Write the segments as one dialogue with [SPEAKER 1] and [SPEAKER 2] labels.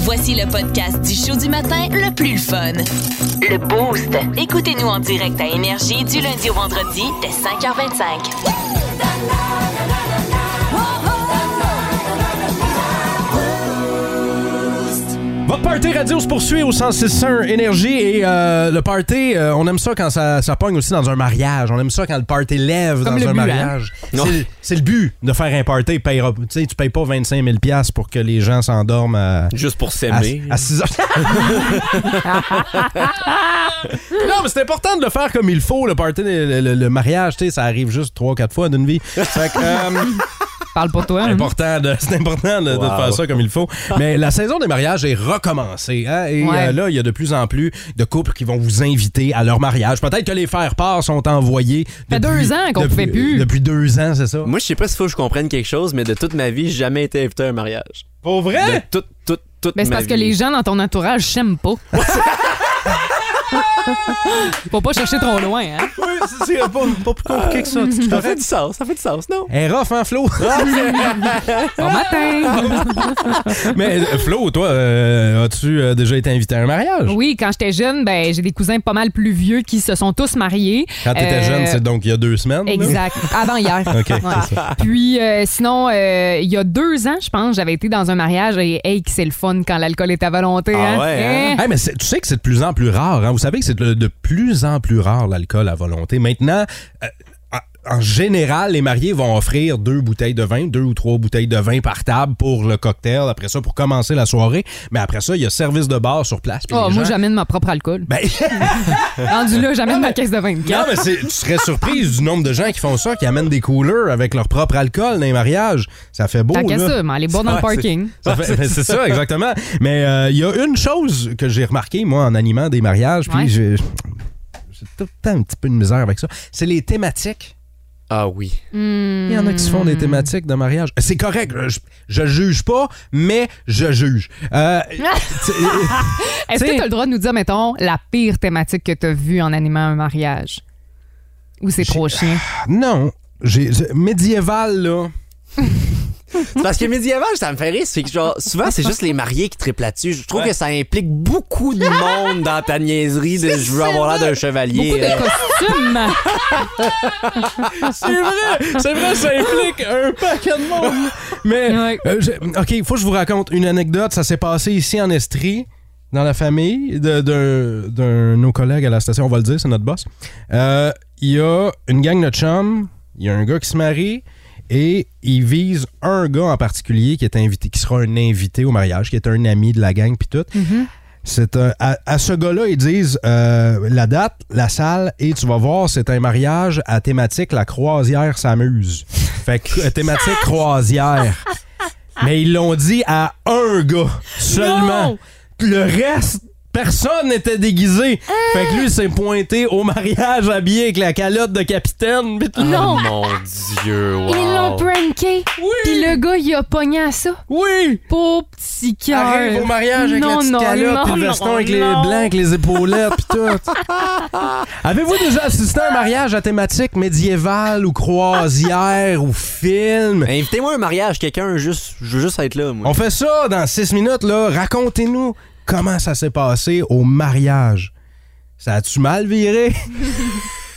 [SPEAKER 1] Voici le podcast du show du matin le plus le fun. Le Boost. Écoutez-nous en direct à Énergie du lundi au vendredi dès 5h25.
[SPEAKER 2] Votre party radio se poursuit au 161 Énergie et euh, le party, euh, on aime ça quand ça, ça pogne aussi dans un mariage. On aime ça quand le party lève
[SPEAKER 3] Comme
[SPEAKER 2] dans
[SPEAKER 3] le
[SPEAKER 2] un
[SPEAKER 3] but, hein?
[SPEAKER 2] mariage.
[SPEAKER 4] Non.
[SPEAKER 2] C'est le- C'est le but de faire un party. Payera, tu sais, tu payes pas 25 000 piastres pour que les gens s'endorment à,
[SPEAKER 4] Juste pour
[SPEAKER 2] à,
[SPEAKER 4] s'aimer.
[SPEAKER 2] 6 heures. non, mais c'est important de le faire comme il faut, le party, le, le- le mariage. tu sais, Ça arrive juste 3-4 fois d'une vie. Fait que, euh,
[SPEAKER 3] Parle pour toi.
[SPEAKER 2] C'est
[SPEAKER 3] hein.
[SPEAKER 2] important de, c'est important de, de
[SPEAKER 4] Wow.
[SPEAKER 2] faire ça comme il faut. Mais la saison des mariages est recommencée. hein, Et
[SPEAKER 3] Ah. Ouais.
[SPEAKER 2] euh, là, il y a de plus en plus de couples qui vont vous inviter à leur mariage. Peut-être que les faire-part sont envoyés.
[SPEAKER 3] fait deux ans qu'on
[SPEAKER 2] depuis-
[SPEAKER 3] pouvait plus.
[SPEAKER 2] Depuis deux ans, c'est ça?
[SPEAKER 4] Moi, je sais pas s'il faut que je comprenne quelque chose, mais de toute ma vie, j'ai jamais été invité à un mariage.
[SPEAKER 2] Pour
[SPEAKER 4] De
[SPEAKER 2] vrai?
[SPEAKER 4] toute, toute, toute
[SPEAKER 3] Hein? Ben, c'est
[SPEAKER 4] ma
[SPEAKER 3] parce que
[SPEAKER 4] vie.
[SPEAKER 3] les gens dans ton entourage s'aiment pas. Faut pas chercher trop loin, hein?
[SPEAKER 2] Oui, c'est- c'est pas, pas plus
[SPEAKER 4] Ah,
[SPEAKER 2] compliqué que ça. Tu
[SPEAKER 4] Ça fait du sens, ça fait du sens, non?
[SPEAKER 2] Elle est rough, hein, Flo?
[SPEAKER 3] Bon matin!
[SPEAKER 2] Mais euh, Flo, toi, euh, as-tu euh, déjà été invité à un mariage?
[SPEAKER 3] Oui, quand j'étais jeune, ben j'ai des cousins pas mal plus vieux qui se sont tous mariés.
[SPEAKER 2] Quand t'étais
[SPEAKER 3] Euh,
[SPEAKER 2] jeune, c'est donc il y a deux semaines? là?
[SPEAKER 3] Exact. Avant hier.
[SPEAKER 2] OK,
[SPEAKER 3] Ouais.
[SPEAKER 2] c'est ça.
[SPEAKER 3] Puis euh, sinon, euh, il y a deux ans, je pense, j'avais été dans un mariage et hey, que c'est le fun quand l'alcool est à volonté.
[SPEAKER 4] Ah
[SPEAKER 3] hein?
[SPEAKER 4] ouais, hein?
[SPEAKER 3] Hein?
[SPEAKER 2] Hey, mais c'est- tu sais que c'est de plus en plus rare. Hein? Vous savez que c'est de, de plus en plus rare l'alcool à volonté. Maintenant, euh, en- en général, les mariés vont offrir deux bouteilles de vin, deux ou trois bouteilles de vin par table pour le cocktail. Après ça, pour commencer la soirée. Mais après ça, il y a service de bar sur place. puis
[SPEAKER 3] Oh,
[SPEAKER 2] les
[SPEAKER 3] moi,
[SPEAKER 2] gens-
[SPEAKER 3] j'amène ma propre alcool.
[SPEAKER 2] Ben,
[SPEAKER 3] Rendu là, j'amène ma caisse de 24.
[SPEAKER 2] non, mais c'est- tu serais surprise du nombre de gens qui font ça, qui amènent des coolers avec leur propre alcool dans les mariages. Ça fait beau.
[SPEAKER 3] Tant qu'à
[SPEAKER 2] là.
[SPEAKER 3] ça, mais allez boire dans le
[SPEAKER 2] Ouais, c'est-
[SPEAKER 3] parking.
[SPEAKER 2] Ça fait- ben, c'est ça, exactement. Mais euh, il y a une chose que j'ai remarqué, moi, en animant des mariages, puis
[SPEAKER 3] Ouais.
[SPEAKER 2] j'ai j'ai tout le temps un petit peu de misère avec ça, c'est les thématiques.
[SPEAKER 4] Ah oui.
[SPEAKER 2] Il y en a qui se font des thématiques de mariage. C'est correct, je, je juge pas, mais je juge. Euh, c'est-
[SPEAKER 3] Est-ce
[SPEAKER 2] T'sais-
[SPEAKER 3] que tu as le droit de nous dire, mettons, la pire thématique que tu as vue en animant un mariage? Ou c'est trop chien?
[SPEAKER 4] Ah,
[SPEAKER 2] non, j'ai j'ai- médiéval, là.
[SPEAKER 4] C'est parce que médiéval, ça me fait rire. C'est que genre, souvent, c'est juste les mariés qui triplent là-dessus. Je trouve que ça implique beaucoup de monde dans ta niaiserie de je veux avoir l'air d'un chevalier.
[SPEAKER 3] Beaucoup
[SPEAKER 4] euh.
[SPEAKER 3] de costumes!
[SPEAKER 2] C'est vrai, c'est vrai, ça implique un paquet de monde. Mais,
[SPEAKER 3] Ouais.
[SPEAKER 2] euh, je- OK, il faut que je vous raconte une anecdote. Ça s'est passé ici en Estrie, dans la famille de- d'un d'un de nos collègues à la station, on va le dire, c'est notre boss. Euh, Il y a une gang de chums, il y a un gars qui se marie. Et il vise un gars en particulier qui est invité, qui sera un invité au mariage, qui est un ami de la gang puis tout. C'est un- à, à ce gars-là, ils disent euh, la date, la salle, et tu vas voir, c'est un mariage à thématique la croisière s'amuse. Fait que euh, thématique croisière. Mais ils l'ont dit à un gars seulement.
[SPEAKER 3] Non!
[SPEAKER 2] Le reste, personne n'était déguisé. Fait que lui, il s'est pointé au mariage habillé avec la calotte de capitaine. pis tout.
[SPEAKER 3] Non!
[SPEAKER 4] Oh mon dieu, wow.
[SPEAKER 3] Ils l'ont pranké! Puis le gars, il a pogné à ça.
[SPEAKER 2] Oui!
[SPEAKER 3] Pauvre petit cœur!
[SPEAKER 2] Arrive au mariage avec la
[SPEAKER 3] Non,
[SPEAKER 2] petite
[SPEAKER 3] non,
[SPEAKER 2] calotte,
[SPEAKER 3] non,
[SPEAKER 2] puis le veston
[SPEAKER 3] non,
[SPEAKER 2] avec les
[SPEAKER 3] non.
[SPEAKER 2] blancs, avec les épaulettes, puis tout. Avez-vous déjà assisté à un mariage à thématique médiévale ou croisière ou film?
[SPEAKER 4] Ben, Invitez-moi à un mariage, quelqu'un, juste, je veux juste être là, moi.
[SPEAKER 2] On fait ça dans six minutes, là. Racontez-nous comment ça s'est passé au mariage. Ça a-tu mal viré?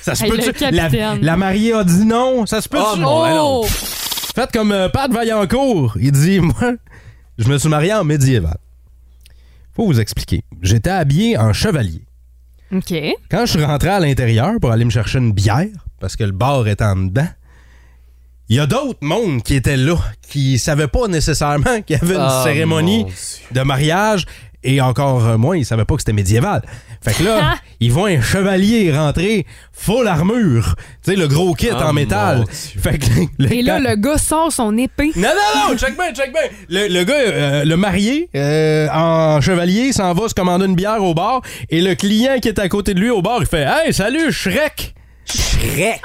[SPEAKER 2] Ça se
[SPEAKER 3] Hey,
[SPEAKER 2] peut-tu?
[SPEAKER 3] le
[SPEAKER 2] La,
[SPEAKER 3] capitaine.
[SPEAKER 2] la mariée a dit non. Ça se peut-tu?
[SPEAKER 4] Oh, mon-
[SPEAKER 3] Oh!
[SPEAKER 2] Faites comme euh, Pat Vaillancourt. Il dit Moi, je me suis marié en médiéval. Faut vous expliquer. J'étais habillé en chevalier.
[SPEAKER 3] OK.
[SPEAKER 2] Quand je suis rentré à l'intérieur pour aller me chercher une bière, parce que le bar est en dedans, il y a d'autres mondes qui étaient là, qui savaient pas nécessairement qu'il y avait une
[SPEAKER 4] Ah,
[SPEAKER 2] cérémonie
[SPEAKER 4] mon Dieu.
[SPEAKER 2] de mariage et encore euh, moins, ils savaient pas que c'était médiéval. Fait que là, ils voient un chevalier rentrer full armure, tu sais, le gros kit
[SPEAKER 4] Ah,
[SPEAKER 2] en métal.
[SPEAKER 4] mon
[SPEAKER 2] Fait que le-
[SPEAKER 3] Et là, le gars sort son épée.
[SPEAKER 2] non, non, non, check bien, check bien. Le, le gars, euh, le marié euh, en chevalier s'en va se commander une bière au bar et le client qui est à côté de lui au bar, il fait Hey, salut, Shrek!
[SPEAKER 4] Shrek.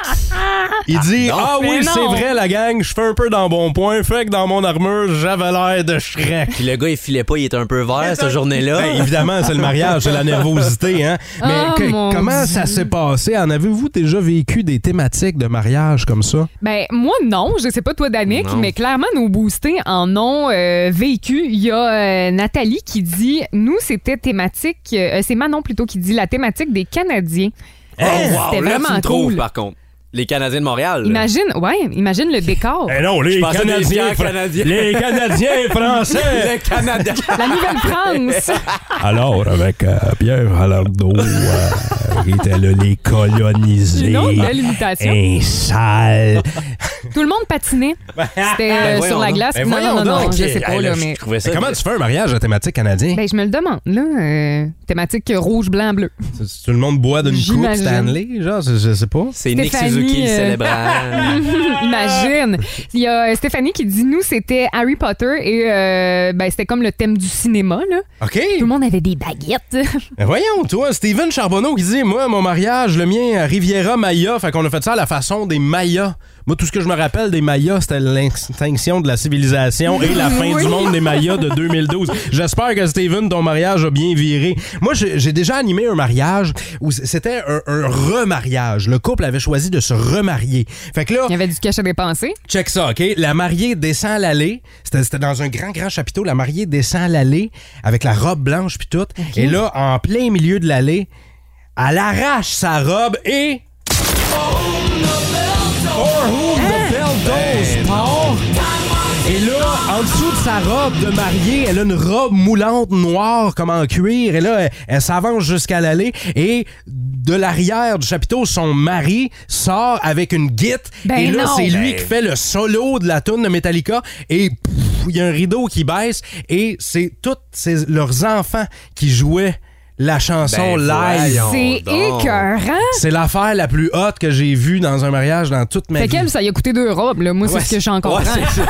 [SPEAKER 2] Il dit
[SPEAKER 4] non.
[SPEAKER 2] Ah
[SPEAKER 3] Mais
[SPEAKER 2] oui,
[SPEAKER 3] non.
[SPEAKER 2] c'est vrai, la gang, je fais un peu dans bon point, fait que dans mon armure, j'avais l'air de Shrek.
[SPEAKER 4] Puis le gars, il filait pas, il était un peu vert cette journée-là.
[SPEAKER 2] Ben, évidemment, c'est le mariage, c'est la nervosité, hein. Mais
[SPEAKER 3] Ah,
[SPEAKER 2] que-
[SPEAKER 3] mon
[SPEAKER 2] comment
[SPEAKER 3] Dieu.
[SPEAKER 2] ça s'est passé? En avez-vous déjà vécu des thématiques de mariage comme ça?
[SPEAKER 3] Ben, moi, non. Je sais pas, toi, Danick,
[SPEAKER 4] Non.
[SPEAKER 3] mais clairement, nos boostés en ont euh, vécu. Il y a euh, Nathalie qui dit Nous, c'était thématique. euh, c'est Manon plutôt qui dit la thématique des Canadiens.
[SPEAKER 4] Oh, wow,
[SPEAKER 3] c'était
[SPEAKER 4] là, tu
[SPEAKER 3] vraiment
[SPEAKER 4] me trouves,
[SPEAKER 3] cool.
[SPEAKER 4] par contre. Les Canadiens de Montréal. là. Euh.
[SPEAKER 3] Imagine, ouais, imagine le décor.
[SPEAKER 2] Eh non, les
[SPEAKER 4] pensais des
[SPEAKER 2] Canadiens,
[SPEAKER 4] bières
[SPEAKER 2] fran-
[SPEAKER 4] canadiennes.
[SPEAKER 2] les Canadiens français.
[SPEAKER 4] Le Canada.
[SPEAKER 3] La Nouvelle-France.
[SPEAKER 2] Alors, avec euh, Pierre Alardeau, euh, il était là, les
[SPEAKER 3] Une
[SPEAKER 2] colonisés.
[SPEAKER 3] autre belle imitation.
[SPEAKER 2] Un sale.
[SPEAKER 3] Tout le monde patinait. C'était euh,
[SPEAKER 4] Ben,
[SPEAKER 3] sur
[SPEAKER 4] voyons
[SPEAKER 3] la
[SPEAKER 4] donc.
[SPEAKER 3] glace.
[SPEAKER 2] Ben,
[SPEAKER 3] non,
[SPEAKER 2] voyons
[SPEAKER 3] non, non,
[SPEAKER 2] donc.
[SPEAKER 3] Oh, je sais
[SPEAKER 4] Ok,
[SPEAKER 3] pas,
[SPEAKER 4] hey,
[SPEAKER 3] là,
[SPEAKER 4] je
[SPEAKER 3] mais.
[SPEAKER 4] trouvais ça-
[SPEAKER 2] Comment tu fais un mariage à thématique canadienne?
[SPEAKER 3] Ben, je me le demande, là. euh, thématique rouge, blanc, bleu.
[SPEAKER 2] tout le monde boit d'une coupe
[SPEAKER 3] J'imagine.
[SPEAKER 2] Stanley, genre, je, je sais pas.
[SPEAKER 4] C'est Nick
[SPEAKER 3] Stéphanie,
[SPEAKER 4] Suzuki, le
[SPEAKER 3] euh,
[SPEAKER 4] célébrant.
[SPEAKER 3] Imagine. Il y a euh, Stéphanie qui dit nous c'était Harry Potter et euh, ben, c'était comme le thème du cinéma là.
[SPEAKER 2] OK.
[SPEAKER 3] Tout le monde avait des baguettes.
[SPEAKER 2] Ben voyons, toi, Steven Charbonneau qui dit Moi, mon mariage, le mien, à Riviera Maya, fait qu'on a fait ça à la façon des Mayas. Moi, tout ce que je me rappelle des Mayas, c'était l'extinction de la civilisation et la fin du monde des Mayas de 2012. J'espère que Steven, ton mariage a bien viré. Moi, j'ai j'ai déjà animé un mariage où c- c'était un, un remariage. Le couple avait choisi de se remarier. Fait que là,
[SPEAKER 3] Il y avait du cash à dépenser.
[SPEAKER 2] Check ça, OK? La mariée descend l'allée. C'était c'était dans un grand, grand chapiteau. La mariée descend l'allée avec la robe blanche puis tout. Et là, en plein milieu de l'allée, elle arrache sa robe et... For whom the bell tolls part. Et là, en dessous de sa robe de mariée, elle a une robe moulante noire comme en cuir. Et là, elle, elle s'avance jusqu'à l'allée. Et de l'arrière du chapiteau, son mari sort avec une guite.
[SPEAKER 3] Ben
[SPEAKER 2] et là,
[SPEAKER 3] non.
[SPEAKER 2] c'est lui
[SPEAKER 4] Ben.
[SPEAKER 2] qui fait le solo de la toune de Metallica. Et pff, il y a un rideau qui baisse. Et c'est tous ces- leurs enfants qui jouaient la chanson
[SPEAKER 4] Ben,
[SPEAKER 2] live.
[SPEAKER 4] voyons.
[SPEAKER 3] C'est
[SPEAKER 4] donc.
[SPEAKER 3] écœurant.
[SPEAKER 2] C'est l'affaire la plus haute que j'ai vue dans un mariage dans toute ma
[SPEAKER 3] Fait
[SPEAKER 2] vie.
[SPEAKER 3] qu'elle, ça y a coûté deux robes. Là. Moi, c'est
[SPEAKER 2] Ouais,
[SPEAKER 3] ce que j'en comprends.
[SPEAKER 4] Ouais, c'est ça.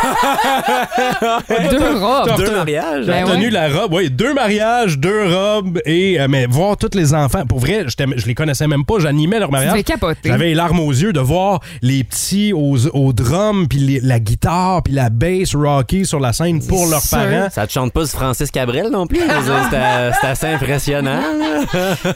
[SPEAKER 3] deux robes.
[SPEAKER 4] Deux mariages. hein?
[SPEAKER 3] Ben
[SPEAKER 2] J'ai obtenu
[SPEAKER 3] ouais.
[SPEAKER 2] la robe, oui, deux mariages, deux robes et euh, mais voir tous les enfants. Pour vrai, j'étais- je les connaissais même pas, j'animais leur mariage.
[SPEAKER 3] devais capoter.
[SPEAKER 2] J'avais les larmes aux yeux de voir les petits aux, aux drums, puis les- la guitare, puis la bass rocky sur la scène pour leurs
[SPEAKER 3] sûr.
[SPEAKER 2] parents.
[SPEAKER 4] Ça te chante pas du Francis Cabrel non plus. Je veux dire, C'est euh, c'est assez impressionnant.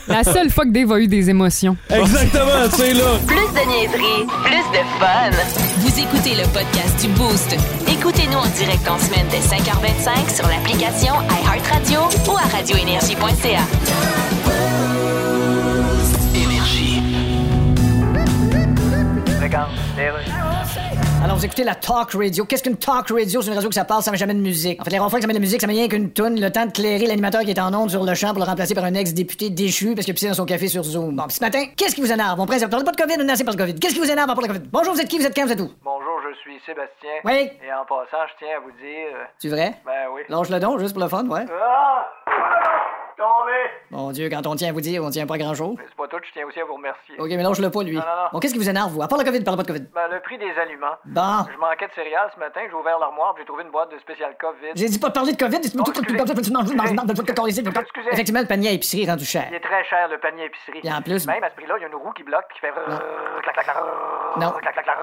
[SPEAKER 3] La seule fois que Dave a eu des émotions.
[SPEAKER 2] Exactement, c'est là.
[SPEAKER 1] Plus de niaiserie, plus de fun. Vous écoutez le podcast du Boost. Écoutez-nous en direct en semaine dès 5h25 sur l'application iHeartRadio ou à radioénergie.ca.
[SPEAKER 5] Alors, vous écoutez la talk radio. Qu'est-ce qu'une talk radio? C'est une radio que ça parle, ça met jamais de musique. En fait, les ronflants que ça met de la musique, ça met rien qu'une toune. Le temps de clairer l'animateur qui est en onde sur le champ pour le remplacer par un ex-député déchu parce qu'il pissait dans son café sur Zoom. Bon, puis ce matin, qu'est-ce qui vous énerve? On presse, on parle pas de COVID, on est assez par le COVID. Qu'est-ce qui vous énerve à part le COVID? Bonjour, vous êtes qui, vous êtes quand, vous êtes où?
[SPEAKER 6] Bonjour, je suis Sébastien.
[SPEAKER 5] Oui.
[SPEAKER 6] Et en passant, je tiens à vous dire. euh,
[SPEAKER 5] C'est vrai?
[SPEAKER 6] Ben oui.
[SPEAKER 5] Lâche le don, juste pour le fun, ouais.
[SPEAKER 6] Ah! Tombé!
[SPEAKER 5] Mon Dieu, quand on tient à vous dire, on tient pas grand-chose.
[SPEAKER 6] Mais c'est pas tout, je tiens aussi à vous remercier.
[SPEAKER 5] Ok, mais lâche-le pas, lui.
[SPEAKER 6] Ben, Non, non, non.
[SPEAKER 5] Bon, qu'est-ce qui vous énerve, vous? À part le COVID, parle pas de COVID.
[SPEAKER 6] Ben, le prix des aliments.
[SPEAKER 5] Bon.
[SPEAKER 6] Ben, Je manquais de céréales ce matin, j'ai ouvert l'armoire, puis j'ai trouvé une boîte de spécial COVID.
[SPEAKER 5] J'ai dit pas de parler de COVID,
[SPEAKER 6] Non, excusez. Excusez.
[SPEAKER 5] Effectivement, le panier à épicerie est rendu cher.
[SPEAKER 6] Il est très cher, le panier épicerie.
[SPEAKER 5] Et en plus-
[SPEAKER 6] Même à ce prix-là, il y a une roue qui bloque, puis qui fait. Clac, clac, clac,
[SPEAKER 5] Non.
[SPEAKER 6] clac, clac, clac,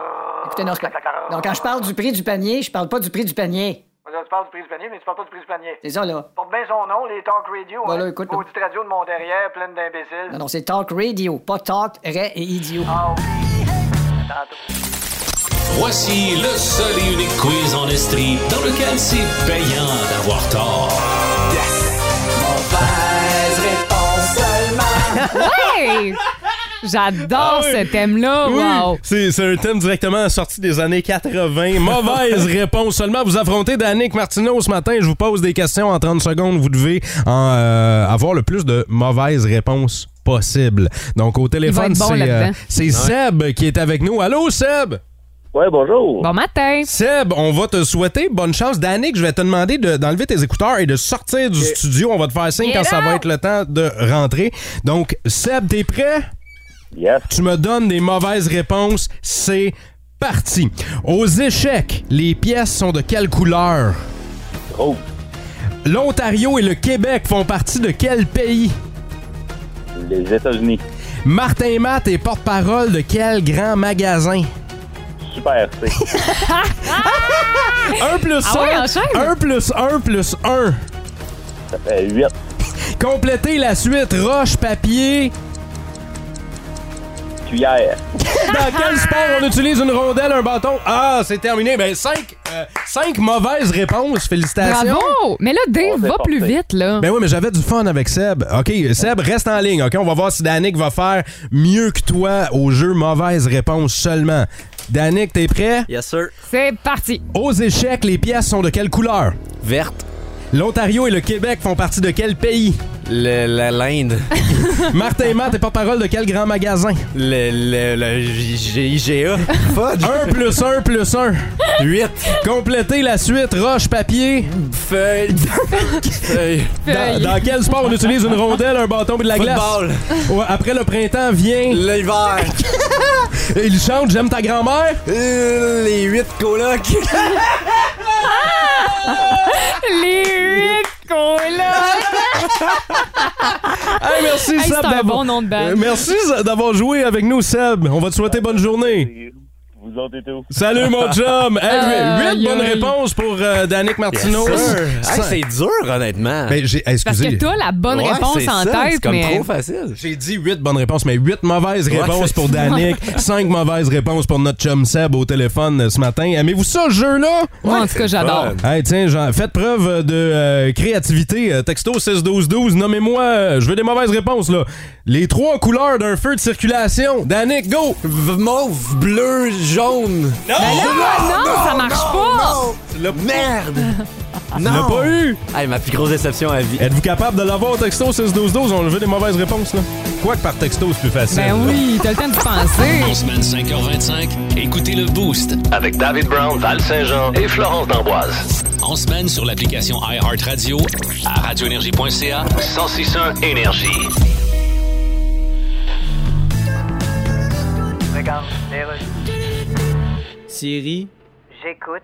[SPEAKER 5] Écoutez, non, c'est pas-
[SPEAKER 6] clac, clac.
[SPEAKER 5] Non, quand je parle du prix du panier, je parle pas du prix du panier.
[SPEAKER 6] Tu parles du prix du panier, mais tu parles pas du prix du panier.
[SPEAKER 5] C'est ça, là.
[SPEAKER 6] Porte bien son nom, les talk radio.
[SPEAKER 5] Ben
[SPEAKER 6] hein.
[SPEAKER 5] là, écoute,
[SPEAKER 6] Maudite radio de mon derrière, pleine d'imbéciles.
[SPEAKER 5] Non, non, c'est talk radio, pas talk, ray et idiot.
[SPEAKER 6] Ah oui. Tantôt.
[SPEAKER 7] Voici le seul et unique quiz en estrie dans lequel c'est payant d'avoir tort.
[SPEAKER 3] Hey! J'adore
[SPEAKER 2] Ah oui.
[SPEAKER 3] ce thème-là.
[SPEAKER 2] Oui,
[SPEAKER 3] Wow.
[SPEAKER 2] C'est c'est un thème directement sorti des années 80. Mauvaise réponse seulement. Vous affrontez Danick Martineau ce matin. Je vous pose des questions en 30 secondes. Vous devez en, euh, avoir le plus de mauvaises réponses possible. Donc au téléphone,
[SPEAKER 3] être bon
[SPEAKER 2] c'est euh,
[SPEAKER 3] là-dedans.
[SPEAKER 2] c'est Seb qui est avec nous. Allô Seb.
[SPEAKER 8] Ouais, bonjour.
[SPEAKER 3] Bon matin.
[SPEAKER 2] Seb, on va te souhaiter bonne chance. Danick, je vais te demander de- d'enlever tes écouteurs et de sortir du studio. On va te faire signe
[SPEAKER 3] Get
[SPEAKER 2] quand ça va
[SPEAKER 3] out.
[SPEAKER 2] être le temps de rentrer. Donc Seb, t'es prêt?
[SPEAKER 8] Yes.
[SPEAKER 2] Tu me donnes des mauvaises réponses. C'est parti. Aux échecs, les pièces sont de quelle couleur?
[SPEAKER 3] Oh.
[SPEAKER 8] Rouge.
[SPEAKER 2] L'Ontario et le Québec font partie de quel pays?
[SPEAKER 8] Les États-Unis.
[SPEAKER 2] Martin Matt est porte-parole de quel grand magasin?
[SPEAKER 8] Super C.
[SPEAKER 2] 1 plus 1,
[SPEAKER 3] Ah ouais, enchaîne.
[SPEAKER 2] 1 plus 1 plus 1.
[SPEAKER 8] Ça fait 8.
[SPEAKER 2] Complétez la suite roche, papier.
[SPEAKER 8] Cuillère.
[SPEAKER 2] Dans quel sport on utilise une rondelle, un bâton? Ah, c'est terminé. Ben, 5 mauvaises réponses. Félicitations.
[SPEAKER 3] Bravo! Mais là,
[SPEAKER 8] On
[SPEAKER 3] Dave,
[SPEAKER 8] s'est
[SPEAKER 3] va plus
[SPEAKER 8] forcé.
[SPEAKER 3] vite, là.
[SPEAKER 2] Ben oui, mais j'avais du fun avec Seb. OK, Seb, reste en ligne, OK? On va voir si Danick va faire mieux que toi au jeu mauvaise réponse seulement. Danick, t'es prêt?
[SPEAKER 4] Yes, sir.
[SPEAKER 3] C'est parti.
[SPEAKER 2] Aux échecs, les pièces sont de quelle couleur?
[SPEAKER 4] Verte.
[SPEAKER 2] L'Ontario et le Québec font partie de quel pays?
[SPEAKER 4] Le, la l'Inde.
[SPEAKER 2] Martin Matt est porte-parole de quel grand magasin?
[SPEAKER 4] Le, le, le G- IGA. Fudge.
[SPEAKER 2] 1 plus 1 plus 1.
[SPEAKER 4] 8.
[SPEAKER 2] Complétez la suite roche, papier.
[SPEAKER 4] Feuille. Feuille.
[SPEAKER 2] Dans, dans quel sport on utilise une rondelle, un bâton et de la
[SPEAKER 4] Football.
[SPEAKER 2] glace? Ouais, après le printemps vient.
[SPEAKER 4] L'hiver.
[SPEAKER 2] Il chante J'aime ta grand-mère.
[SPEAKER 4] Euh, Les 8 colocs.
[SPEAKER 3] Les huit colas.
[SPEAKER 2] Hey, merci,
[SPEAKER 3] Hey,
[SPEAKER 2] Seb.
[SPEAKER 3] c'est un
[SPEAKER 2] d'avoir-
[SPEAKER 3] bon nom de band.
[SPEAKER 2] Euh, merci Seb, d'avoir joué avec nous, Seb. On va te souhaiter bonne journée.
[SPEAKER 8] Vous autres et tout.
[SPEAKER 2] Salut, mon chum. Hey,
[SPEAKER 3] Aïe,
[SPEAKER 2] huit bonnes
[SPEAKER 3] aïe.
[SPEAKER 2] réponses pour euh, Danick Martineau.
[SPEAKER 4] Hey, c'est dur, honnêtement.
[SPEAKER 2] Ben, j'ai,
[SPEAKER 3] Parce
[SPEAKER 2] excusez,
[SPEAKER 3] que t'as la bonne
[SPEAKER 4] Ouais,
[SPEAKER 3] réponse
[SPEAKER 4] c'est ça,
[SPEAKER 3] en
[SPEAKER 4] C'est
[SPEAKER 3] tête,
[SPEAKER 4] comme
[SPEAKER 3] mais.
[SPEAKER 4] trop facile.
[SPEAKER 2] j'ai dit huit bonnes réponses, mais huit mauvaises
[SPEAKER 4] Ouais,
[SPEAKER 2] réponses
[SPEAKER 4] c'est-
[SPEAKER 2] pour Danick, cinq mauvaises réponses pour notre chum Seb au téléphone euh, ce matin. Aimez-vous ça, ce jeu-là?
[SPEAKER 3] Moi, en tout cas, j'adore.
[SPEAKER 4] fun.
[SPEAKER 2] Hey, tiens, Jean, faites preuve de euh, créativité. Euh, texto 6-12-12, nommez-moi, euh, je veux des mauvaises réponses, là. Les trois couleurs d'un feu de circulation. Danick, go!
[SPEAKER 4] V- Mauve, bleu, jaune.
[SPEAKER 2] Non!
[SPEAKER 3] Ah, Non, ça marche pas.
[SPEAKER 4] Non. Merde!
[SPEAKER 2] Tu l'as
[SPEAKER 4] Non!
[SPEAKER 2] pas eu!
[SPEAKER 4] Hey, ma plus grosse déception à vie.
[SPEAKER 2] Êtes-vous capable de l'avoir au texto 6-12-12? On veut des mauvaises réponses, là. Quoique par texto, c'est plus facile.
[SPEAKER 3] Ben oui, t'as le temps de
[SPEAKER 7] En
[SPEAKER 3] penser.
[SPEAKER 7] semaine 5h25, écoutez le Boost.
[SPEAKER 9] Avec David Brown, Val Saint-Jean et Florence d'Amboise.
[SPEAKER 7] En semaine sur l'application iHeartRadio, à radioénergie.ca.
[SPEAKER 9] 1061 Énergie.
[SPEAKER 6] Regarde, les rues.
[SPEAKER 10] Siri,
[SPEAKER 6] J'écoute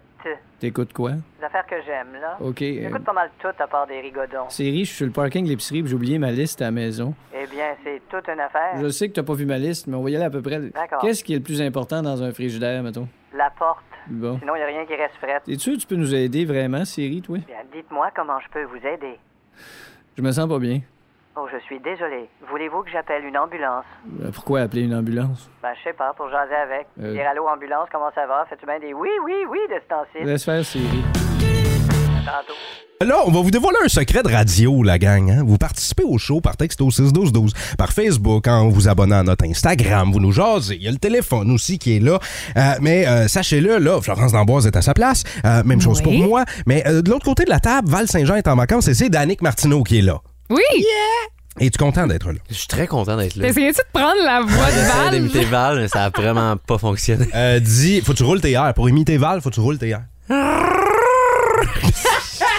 [SPEAKER 10] t'écoutes quoi?
[SPEAKER 6] les affaires que j'aime, là.
[SPEAKER 10] OK. euh,
[SPEAKER 6] J'écoute pas mal tout à part des rigodons.
[SPEAKER 10] Siri, je suis sur le parking de l'épicerie puis j'ai oublié ma liste à la maison.
[SPEAKER 6] Eh bien, c'est toute une affaire.
[SPEAKER 10] Je sais que t'as pas vu ma liste, mais on va y aller à peu près.
[SPEAKER 6] D'accord.
[SPEAKER 10] Qu'est-ce qui est le plus important dans un frigidaire, mettons?
[SPEAKER 6] La porte.
[SPEAKER 10] Bon.
[SPEAKER 6] Sinon, il a rien qui reste frette.
[SPEAKER 10] T'es sûr que tu peux nous aider vraiment, Siri, toi?
[SPEAKER 6] Bien, dites-moi comment je peux vous aider.
[SPEAKER 10] Je me sens pas bien.
[SPEAKER 6] Oh, je suis désolé. Voulez-vous que j'appelle une ambulance?
[SPEAKER 10] Euh, Pourquoi appeler une ambulance?
[SPEAKER 6] Ben, je sais pas, pour jaser avec.
[SPEAKER 10] Euh.
[SPEAKER 6] Dire allô, ambulance, comment ça va? Fais-tu bien des oui, oui, oui de ce temps-ci?
[SPEAKER 10] Laisse faire, Siri.
[SPEAKER 6] Tantôt.
[SPEAKER 2] Là, on va vous dévoiler un secret de radio, la gang. hein. Vous participez au show par texto 6-12-12, par Facebook, hein, en vous abonnant à notre Instagram. Vous nous jasez. Il y a le téléphone aussi qui est là. Euh, mais euh, sachez-le, là, Florence D'Amboise est à sa place. Euh, même chose
[SPEAKER 3] Oui.
[SPEAKER 2] pour moi. Mais euh, de l'autre côté de la table, Val Saint-Jean est en vacances et c'est Danick Martineau qui est là.
[SPEAKER 3] Oui,
[SPEAKER 2] Es-tu content d'être là?
[SPEAKER 4] Je suis très content d'être là.
[SPEAKER 3] t'essayais-tu de prendre la voix
[SPEAKER 4] J'essaie
[SPEAKER 3] de
[SPEAKER 4] d'imiter
[SPEAKER 3] Val?
[SPEAKER 4] Val, mais ça a vraiment pas fonctionné.
[SPEAKER 2] Euh, dis, faut que tu roules tes airs. Pour imiter Val, faut que tu roules tes airs.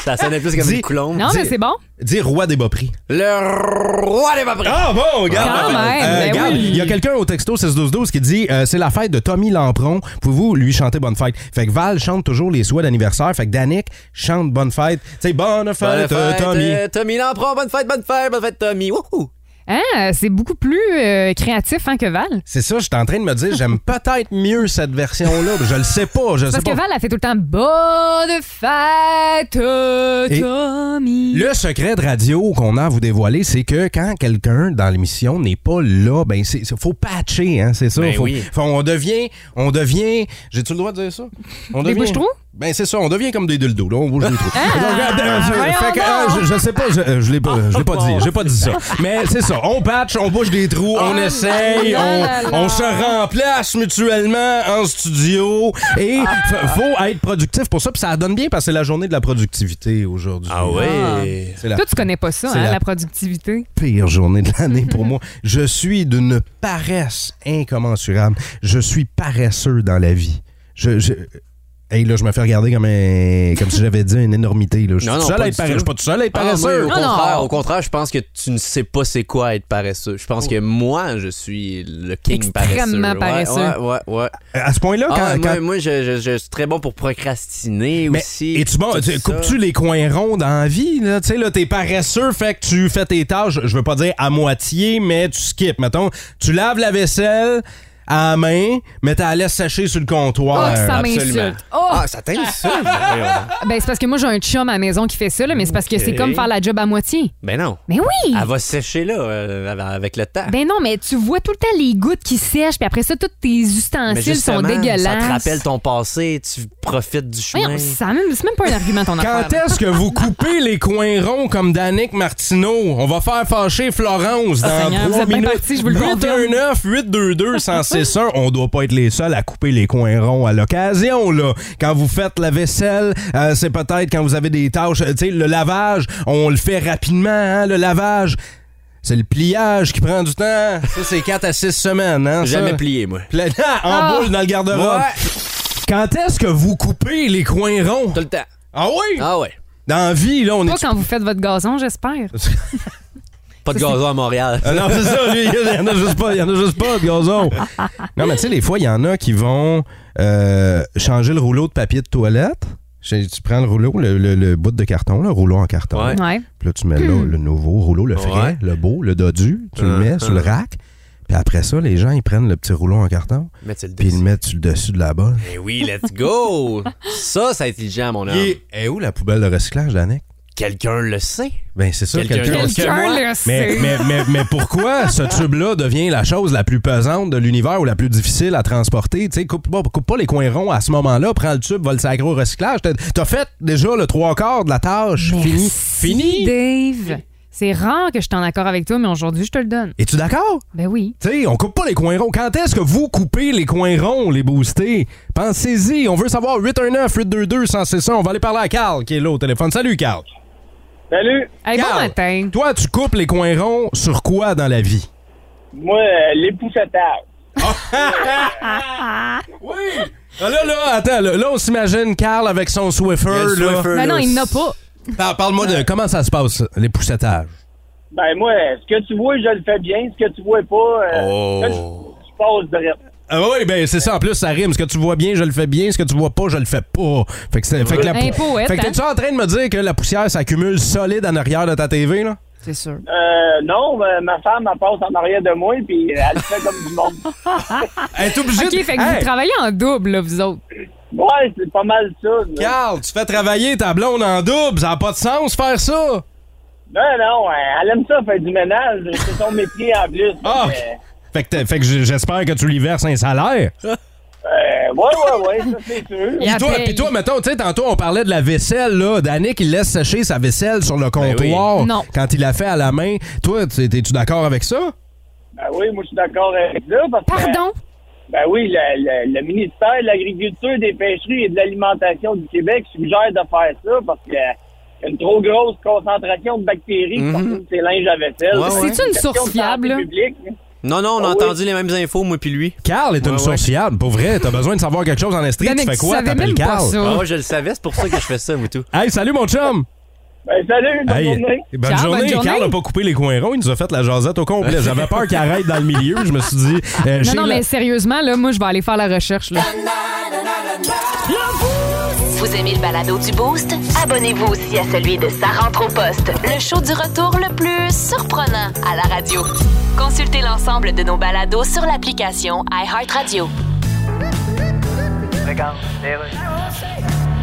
[SPEAKER 4] Ça sonnait plus comme
[SPEAKER 2] Dis-
[SPEAKER 4] une coulombe.
[SPEAKER 3] Non, mais c'est bon.
[SPEAKER 2] Dis roi des bas prix.
[SPEAKER 4] Le roi des papris.
[SPEAKER 2] Ah bon, regarde.
[SPEAKER 3] Quand même, ben
[SPEAKER 2] Euh, regarde,
[SPEAKER 3] oui.
[SPEAKER 2] Il y a quelqu'un au texto 16-12-12 qui dit euh, C'est la fête de Tommy Lampron. Pouvez-vous lui chanter bonne fête Fait que Val chante toujours les souhaits d'anniversaire. Fait que Danick chante bonne fête. Tu sais, bonne
[SPEAKER 4] Bonne
[SPEAKER 2] fête,
[SPEAKER 4] fête,
[SPEAKER 2] euh, Tommy.
[SPEAKER 4] euh, Tommy Lampron, bonne fête, bonne fête, bonne fête, Tommy. Wouhou!
[SPEAKER 3] Hein, c'est beaucoup plus euh, créatif hein, que Val.
[SPEAKER 2] C'est ça, j'étais en train de me dire J'aime peut-être mieux cette version-là. Je le sais pas. Je le sais
[SPEAKER 3] Parce
[SPEAKER 2] pas.
[SPEAKER 3] que Val a fait tout le temps Bonne fête,
[SPEAKER 2] Et-
[SPEAKER 3] Tommy.
[SPEAKER 2] Le secret de radio qu'on a à vous dévoiler, c'est que quand quelqu'un dans l'émission n'est pas là, ben c'est c'est- faut patcher, hein, c'est ça.
[SPEAKER 4] Ben
[SPEAKER 2] faut,
[SPEAKER 4] oui.
[SPEAKER 2] faut- on devient, on devient. J'ai-tu le droit de dire ça On
[SPEAKER 3] Des
[SPEAKER 2] devient-
[SPEAKER 3] bouches-trous? Ah!
[SPEAKER 2] Ben c'est ça, on devient comme des dildos. Là, on bouge les trous.
[SPEAKER 3] voyons
[SPEAKER 2] fait que,
[SPEAKER 3] donc!
[SPEAKER 2] euh, je, je sais pas, je, euh, je l'ai pas, je l'ai pas dit, j'ai pas dit ça. Mais c'est ça, on patch, on bouge des trous, on
[SPEAKER 3] là
[SPEAKER 2] essaye,
[SPEAKER 3] là
[SPEAKER 2] on,
[SPEAKER 3] là
[SPEAKER 2] on
[SPEAKER 3] là.
[SPEAKER 2] se remplace mutuellement en studio et
[SPEAKER 4] Ah.
[SPEAKER 2] f- faut être productif pour ça. Puis ça donne bien parce que c'est la journée de la productivité aujourd'hui.
[SPEAKER 4] Ah
[SPEAKER 2] Ah.
[SPEAKER 4] ouais.
[SPEAKER 2] C'est la
[SPEAKER 3] Toi, tu connais pas ça,
[SPEAKER 2] C'est
[SPEAKER 3] hein,
[SPEAKER 2] la-
[SPEAKER 3] la... productivité.
[SPEAKER 2] pire journée de l'année pour moi. Je suis d'une paresse incommensurable. Je suis paresseux dans la vie. Je, je- Hey, là, je me fais regarder comme, un- comme si j'avais dit une énormité. Là. Je suis
[SPEAKER 4] Non,
[SPEAKER 2] tout
[SPEAKER 4] non,
[SPEAKER 2] seul
[SPEAKER 4] pas
[SPEAKER 2] à être
[SPEAKER 4] du tout.
[SPEAKER 2] paresseux. Je suis pas tout seul à être
[SPEAKER 4] Ah, moi,
[SPEAKER 2] paresseux.
[SPEAKER 4] au, contraire, au contraire, je pense que tu ne sais pas c'est quoi être paresseux. Je
[SPEAKER 2] Oh.
[SPEAKER 4] pense que moi, je suis le king
[SPEAKER 3] Extrêmement
[SPEAKER 4] paresseux. Ouais,
[SPEAKER 3] paresseux.
[SPEAKER 4] Ouais, ouais, ouais.
[SPEAKER 2] À ce point-là, quand.
[SPEAKER 4] Ah,
[SPEAKER 2] quand-
[SPEAKER 4] moi, moi, je, je- je suis très bon pour procrastiner
[SPEAKER 2] Mais
[SPEAKER 4] aussi.
[SPEAKER 2] es-tu bon?
[SPEAKER 4] tout
[SPEAKER 2] tu-
[SPEAKER 4] ça.
[SPEAKER 2] Coupes-tu les coins ronds dans la vie? là? Tu sais, là, t'es paresseux, fait que tu fais tes tâches, je veux pas dire à moitié, mais tu skips. Mettons, tu laves la vaisselle à la main, mais t'as la laisses sécher sur le comptoir.
[SPEAKER 3] oh, ça
[SPEAKER 4] absolument.
[SPEAKER 3] m'insulte. Oh!
[SPEAKER 4] Ah, ça t'insulte!
[SPEAKER 3] Ben, c'est parce que moi, j'ai un chum à la maison qui fait ça, là, mais c'est parce que c'est
[SPEAKER 4] Ok.
[SPEAKER 3] comme faire la job à moitié.
[SPEAKER 4] ben non.
[SPEAKER 3] Mais oui!
[SPEAKER 4] Elle va sécher là euh, avec le temps.
[SPEAKER 3] Ben non, mais tu vois tout le temps les gouttes qui sèchent, puis après ça, tous tes
[SPEAKER 4] mais
[SPEAKER 3] ustensiles
[SPEAKER 4] justement,
[SPEAKER 3] sont dégueulasses.
[SPEAKER 4] Ça te rappelle ton passé, tu profites du chemin.
[SPEAKER 3] Voyons, ça même- c'est même pas un argument, ton affaire.
[SPEAKER 2] Quand
[SPEAKER 3] là.
[SPEAKER 2] est-ce que vous coupez les coins ronds comme Danick Martineau? On va faire fâcher Florence dans
[SPEAKER 3] Ah, Seigneur, vous
[SPEAKER 2] trois
[SPEAKER 3] êtes bien
[SPEAKER 2] minutes.
[SPEAKER 3] parti, je vous le confirme.
[SPEAKER 2] 819 822 161 On doit pas être les seuls à couper les coins ronds à l'occasion, là. Quand vous faites la vaisselle, euh, c'est peut-être quand vous avez des tâches. euh, Tu sais, le lavage, on le fait rapidement, hein, le lavage. C'est le pliage qui prend du temps. Ça, c'est 4 à 6 semaines, hein? ça.
[SPEAKER 4] Jamais plié, moi.
[SPEAKER 2] Pla- en
[SPEAKER 3] Ah.
[SPEAKER 2] boule dans le garde-robe.
[SPEAKER 4] Ouais,
[SPEAKER 2] Quand est-ce que vous coupez les coins ronds?
[SPEAKER 4] tout le temps.
[SPEAKER 2] Ah oui?
[SPEAKER 4] Ah ouais.
[SPEAKER 2] Dans la vie, là, on est
[SPEAKER 3] Pas quand vous faites votre gazon, j'espère.
[SPEAKER 4] Pas de gazon à Montréal.
[SPEAKER 2] Ah non, c'est ça, lui, il y en a juste pas, il y en a juste pas de gazon. Non, mais tu sais, des fois, il y en a qui vont euh, changer le rouleau de papier de toilette. J'ai- Tu prends le rouleau, le, le- le bout de carton, le rouleau en carton.
[SPEAKER 4] Ouais.
[SPEAKER 3] Ouais.
[SPEAKER 2] Puis là, tu mets là, le nouveau rouleau, le frais,
[SPEAKER 4] Ouais.
[SPEAKER 2] le beau, le dodu. Tu le
[SPEAKER 4] Hein,
[SPEAKER 2] mets sur le
[SPEAKER 4] hein.
[SPEAKER 2] rack. Puis après ça, les gens, ils prennent le petit rouleau en carton.
[SPEAKER 4] Mais tu le
[SPEAKER 2] Puis ils le
[SPEAKER 4] décides.
[SPEAKER 2] mettent sur le dessus de la bolle.
[SPEAKER 4] Eh oui, let's go! ça, c'est intelligent, mon homme.
[SPEAKER 2] Et eh, où la poubelle de recyclage, Danick?
[SPEAKER 4] Quelqu'un le sait.
[SPEAKER 2] Ben, c'est ça,
[SPEAKER 4] Quelqu'un-
[SPEAKER 2] quelqu'un.
[SPEAKER 4] Parce que moi-
[SPEAKER 3] Quelqu'un le
[SPEAKER 2] Mais,
[SPEAKER 3] sait.
[SPEAKER 2] mais, mais, mais pourquoi ce tube-là devient la chose la plus pesante de l'univers ou la plus difficile à transporter? Tu sais, coupe, pas- coupe pas les coins ronds à ce moment-là, prends le tube, va le sacrer au recyclage. T'as- T'as fait déjà le trois quarts de la tâche. Fini. Fini.
[SPEAKER 3] Dave. C'est rare que je suis en accord avec toi, mais aujourd'hui, je te le donne.
[SPEAKER 2] Es-tu d'accord?
[SPEAKER 3] Ben oui.
[SPEAKER 2] Tu sais, on coupe pas les coins ronds. Quand est-ce que vous coupez les coins ronds, les boostés? Pensez-y. On veut savoir 819-822-161. On va aller parler à Carl qui est là au téléphone. Salut, Carl.
[SPEAKER 8] Salut!
[SPEAKER 3] Hey, bon
[SPEAKER 2] Carl,
[SPEAKER 3] matin.
[SPEAKER 2] Toi, tu coupes les coins ronds sur quoi dans la vie?
[SPEAKER 8] Moi, euh, l'époussetage.
[SPEAKER 2] Oui! Ah, Là, là, attends, là, là, on s'imagine Carl avec son Swiffer.
[SPEAKER 4] Il y a le
[SPEAKER 2] là.
[SPEAKER 4] Swiffer,
[SPEAKER 3] Ben non,
[SPEAKER 4] là.
[SPEAKER 3] il n'a pas.
[SPEAKER 2] Par- Parle-moi de comment ça se passe, les poussettages.
[SPEAKER 8] Ben moi, euh, ce que tu vois, je le fais bien. Ce que tu vois pas, euh,
[SPEAKER 4] Oh.
[SPEAKER 8] là, je, je passe direct.
[SPEAKER 2] Ah oui, ben c'est ça. En plus, ça rime. Ce que tu vois bien, je le fais bien. Ce que tu vois pas, je le fais pas. Fait que, c'est- fait que la
[SPEAKER 3] Un poète, hein?
[SPEAKER 2] Fait que t'es-tu en train de me dire que la poussière s'accumule solide en arrière de ta TV, là?
[SPEAKER 3] C'est sûr.
[SPEAKER 8] Euh, non, ben, ma femme, elle passe en arrière de moi, puis elle le fait comme du monde.
[SPEAKER 2] Elle est obligée
[SPEAKER 3] OK,
[SPEAKER 2] de-
[SPEAKER 3] fait que
[SPEAKER 2] Hey,
[SPEAKER 3] vous travaillez en double, là, vous autres.
[SPEAKER 8] Ouais, c'est pas mal ça. là.
[SPEAKER 2] Carl, tu fais travailler ta blonde en double. Ça n'a pas de sens faire ça.
[SPEAKER 8] Non, non, euh, elle aime ça, faire du ménage. C'est son métier en plus.
[SPEAKER 2] Ah!
[SPEAKER 8] Donc, euh,
[SPEAKER 2] Fait que, t'es- fait que j- j'espère que tu lui verses un salaire.
[SPEAKER 8] Euh, ouais, ouais, ouais, ça c'est sûr.
[SPEAKER 3] Il
[SPEAKER 2] Puis toi,
[SPEAKER 3] appelle.
[SPEAKER 2] puis toi, mettons, tu sais, tantôt, on parlait de la vaisselle, là. Danick, il laisse sécher sa vaisselle sur le
[SPEAKER 4] Ben
[SPEAKER 2] comptoir
[SPEAKER 3] oui. Non.
[SPEAKER 2] quand il la fait à la main. Toi, tu- t'es-tu d'accord avec ça?
[SPEAKER 8] Ben oui, moi je suis d'accord avec ça. Parce que,
[SPEAKER 3] Pardon?
[SPEAKER 8] ben oui, le, le- le ministère de l'Agriculture, des Pêcheries et de l'Alimentation du Québec suggère de faire ça parce que y a une trop grosse concentration de bactéries qui parcourent ses linges à vaisselle.
[SPEAKER 4] Mhm. Ouais, ouais.
[SPEAKER 3] C'est-tu une
[SPEAKER 8] question de
[SPEAKER 3] source
[SPEAKER 8] santé
[SPEAKER 3] fiable, là?
[SPEAKER 8] publique, hein.
[SPEAKER 4] Non, non, on a
[SPEAKER 8] Ah oui.
[SPEAKER 4] entendu les mêmes infos, moi puis lui.
[SPEAKER 2] Carl est une
[SPEAKER 4] Ouais,
[SPEAKER 2] source
[SPEAKER 4] ouais.
[SPEAKER 2] fiable. Pour vrai, t'as besoin de savoir quelque chose en estrie.
[SPEAKER 3] Danick,
[SPEAKER 2] tu fais
[SPEAKER 3] tu
[SPEAKER 2] quoi?
[SPEAKER 3] savais
[SPEAKER 2] T'appelles
[SPEAKER 3] même pas
[SPEAKER 2] Carl.
[SPEAKER 3] ça.
[SPEAKER 4] Ah ouais, je le savais, c'est pour ça que je fais ça, Moutou.
[SPEAKER 2] Hey, salut, mon chum.
[SPEAKER 8] Ben salut, bonne journée.
[SPEAKER 2] bonne
[SPEAKER 3] Ciao,
[SPEAKER 2] journée.
[SPEAKER 3] bonne journée.
[SPEAKER 2] Carl a pas coupé les coins ronds. Il nous a fait la jasette au complet. J'avais peur qu'il arrête dans le milieu. Je me suis dit. euh,
[SPEAKER 3] Non,
[SPEAKER 2] chez
[SPEAKER 3] non,
[SPEAKER 2] la-
[SPEAKER 3] mais sérieusement, là, moi, je vais aller faire la recherche, là.
[SPEAKER 1] Vous aimez le balado du Boost? Abonnez-vous aussi à celui de Sa rentre au poste, le show du retour le plus surprenant à la radio. Consultez l'ensemble de nos balados sur l'application iHeartRadio.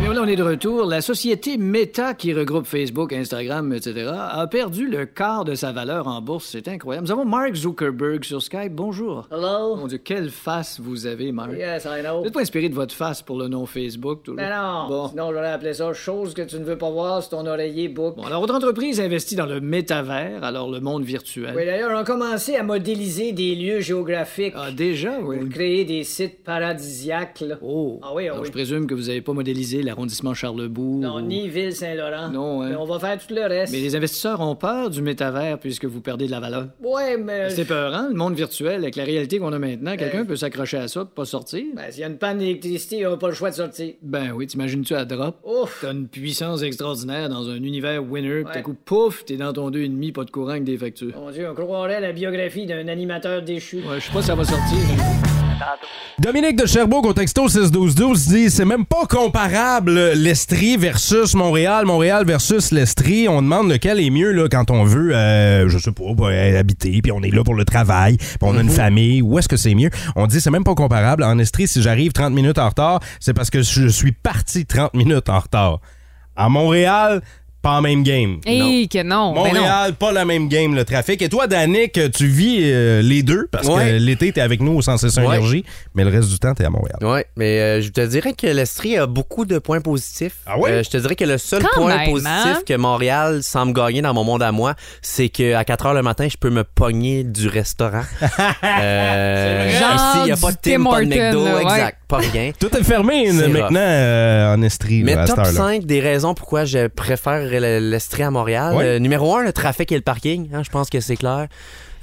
[SPEAKER 10] Mais là, on est de retour. La société Meta, qui regroupe Facebook, Instagram, etc., a perdu le quart de sa valeur en bourse. C'est incroyable. Nous avons Mark Zuckerberg sur Skype. Bonjour.
[SPEAKER 5] Hello? Ah,
[SPEAKER 10] Mon Dieu, quelle face vous avez, Mark.
[SPEAKER 5] Yes, I
[SPEAKER 10] Vous
[SPEAKER 5] know.
[SPEAKER 10] n'êtes pas inspiré de votre face pour le nom Facebook, toujours.
[SPEAKER 5] Ben non,
[SPEAKER 10] Bon.
[SPEAKER 5] sinon j'aurais appelé ça chose que tu ne veux pas voir sur ton oreiller book.
[SPEAKER 10] Bon, alors, votre entreprise investit dans le métavers, alors le monde virtuel.
[SPEAKER 5] Oui, d'ailleurs, on a commencé à modéliser des lieux géographiques.
[SPEAKER 10] Ah, déjà, oui.
[SPEAKER 5] Pour créer des sites paradisiaques, là.
[SPEAKER 10] Oh.
[SPEAKER 5] Ah oui, ah
[SPEAKER 10] Alors,
[SPEAKER 5] oui.
[SPEAKER 10] je présume que vous n'avez pas modélisé la l'arrondissement Charlebourg.
[SPEAKER 6] Non, ni Ville-Saint-Laurent.
[SPEAKER 10] Non, hein.
[SPEAKER 6] Mais Ben, on va faire tout le reste.
[SPEAKER 10] Mais les investisseurs ont peur du métavers puisque vous perdez de la valeur.
[SPEAKER 6] Ouais, mais. Euh.
[SPEAKER 10] C'est peur, hein? Le monde virtuel, avec la réalité qu'on a maintenant, quelqu'un peut s'accrocher à ça et pas sortir.
[SPEAKER 6] Ben, s'il y a une panne d'électricité, il n'y aura pas le choix de sortir.
[SPEAKER 10] Ben oui, t'imagines-tu à drop?
[SPEAKER 6] Ouf!
[SPEAKER 10] T'as une puissance extraordinaire dans un univers winner, puis tout coup, pouf, t'es dans ton 2,5, pas de courant avec des factures.
[SPEAKER 6] Mon Dieu, on croirait à la biographie d'un animateur déchu.
[SPEAKER 10] Ouais, je sais pas si ça va sortir.
[SPEAKER 2] Dominique de Sherbrooke au texto 61212 dit c'est même pas comparable l'Estrie versus Montréal, Montréal versus l'Estrie. On demande lequel est mieux là, quand on veut, euh, je sais pas, euh, habiter, puis on est là pour le travail, puis on a une famille. Où est-ce que c'est mieux? On dit c'est même pas comparable. En Estrie, si j'arrive 30 minutes en retard, c'est parce que je suis parti 30 minutes en retard. À Montréal, pas en même game.
[SPEAKER 3] Hey, que non. ben non.
[SPEAKER 2] Montréal, pas la même game, le trafic. Et toi, Danick, tu vis euh, les deux parce que
[SPEAKER 4] Ouais.
[SPEAKER 2] l'été, t'es avec nous au 106
[SPEAKER 4] Ouais.
[SPEAKER 2] Énergie, mais le reste du temps, t'es à Montréal.
[SPEAKER 4] Ouais, mais euh, je te dirais que l'Estrie a beaucoup de points positifs.
[SPEAKER 2] Ah ouais?
[SPEAKER 4] Euh, je te dirais que le seul
[SPEAKER 3] Quand
[SPEAKER 4] point
[SPEAKER 3] même,
[SPEAKER 4] positif
[SPEAKER 3] hein?
[SPEAKER 4] que Montréal semble gagner dans mon monde à moi, c'est qu'à 4 h le matin, je peux me pogner du restaurant. euh,
[SPEAKER 3] C'est vrai.
[SPEAKER 4] ici, il n'y a
[SPEAKER 3] Genre
[SPEAKER 4] pas de
[SPEAKER 3] du
[SPEAKER 4] Tim,
[SPEAKER 3] Tim
[SPEAKER 4] pas de McDo,
[SPEAKER 3] Hortons, là, ouais.
[SPEAKER 4] exact, pas rien.
[SPEAKER 2] Tout est fermé
[SPEAKER 4] C'est
[SPEAKER 2] euh,
[SPEAKER 4] rough.
[SPEAKER 2] maintenant euh, en Estrie. là,
[SPEAKER 4] Mais
[SPEAKER 2] à
[SPEAKER 4] top
[SPEAKER 2] cette heure-là.
[SPEAKER 4] 5 des raisons pourquoi je préfère le- l'Estrie à Montréal.
[SPEAKER 2] Ouais.
[SPEAKER 4] Euh, numéro 1, le trafic et le parking. hein, je pense que c'est clair.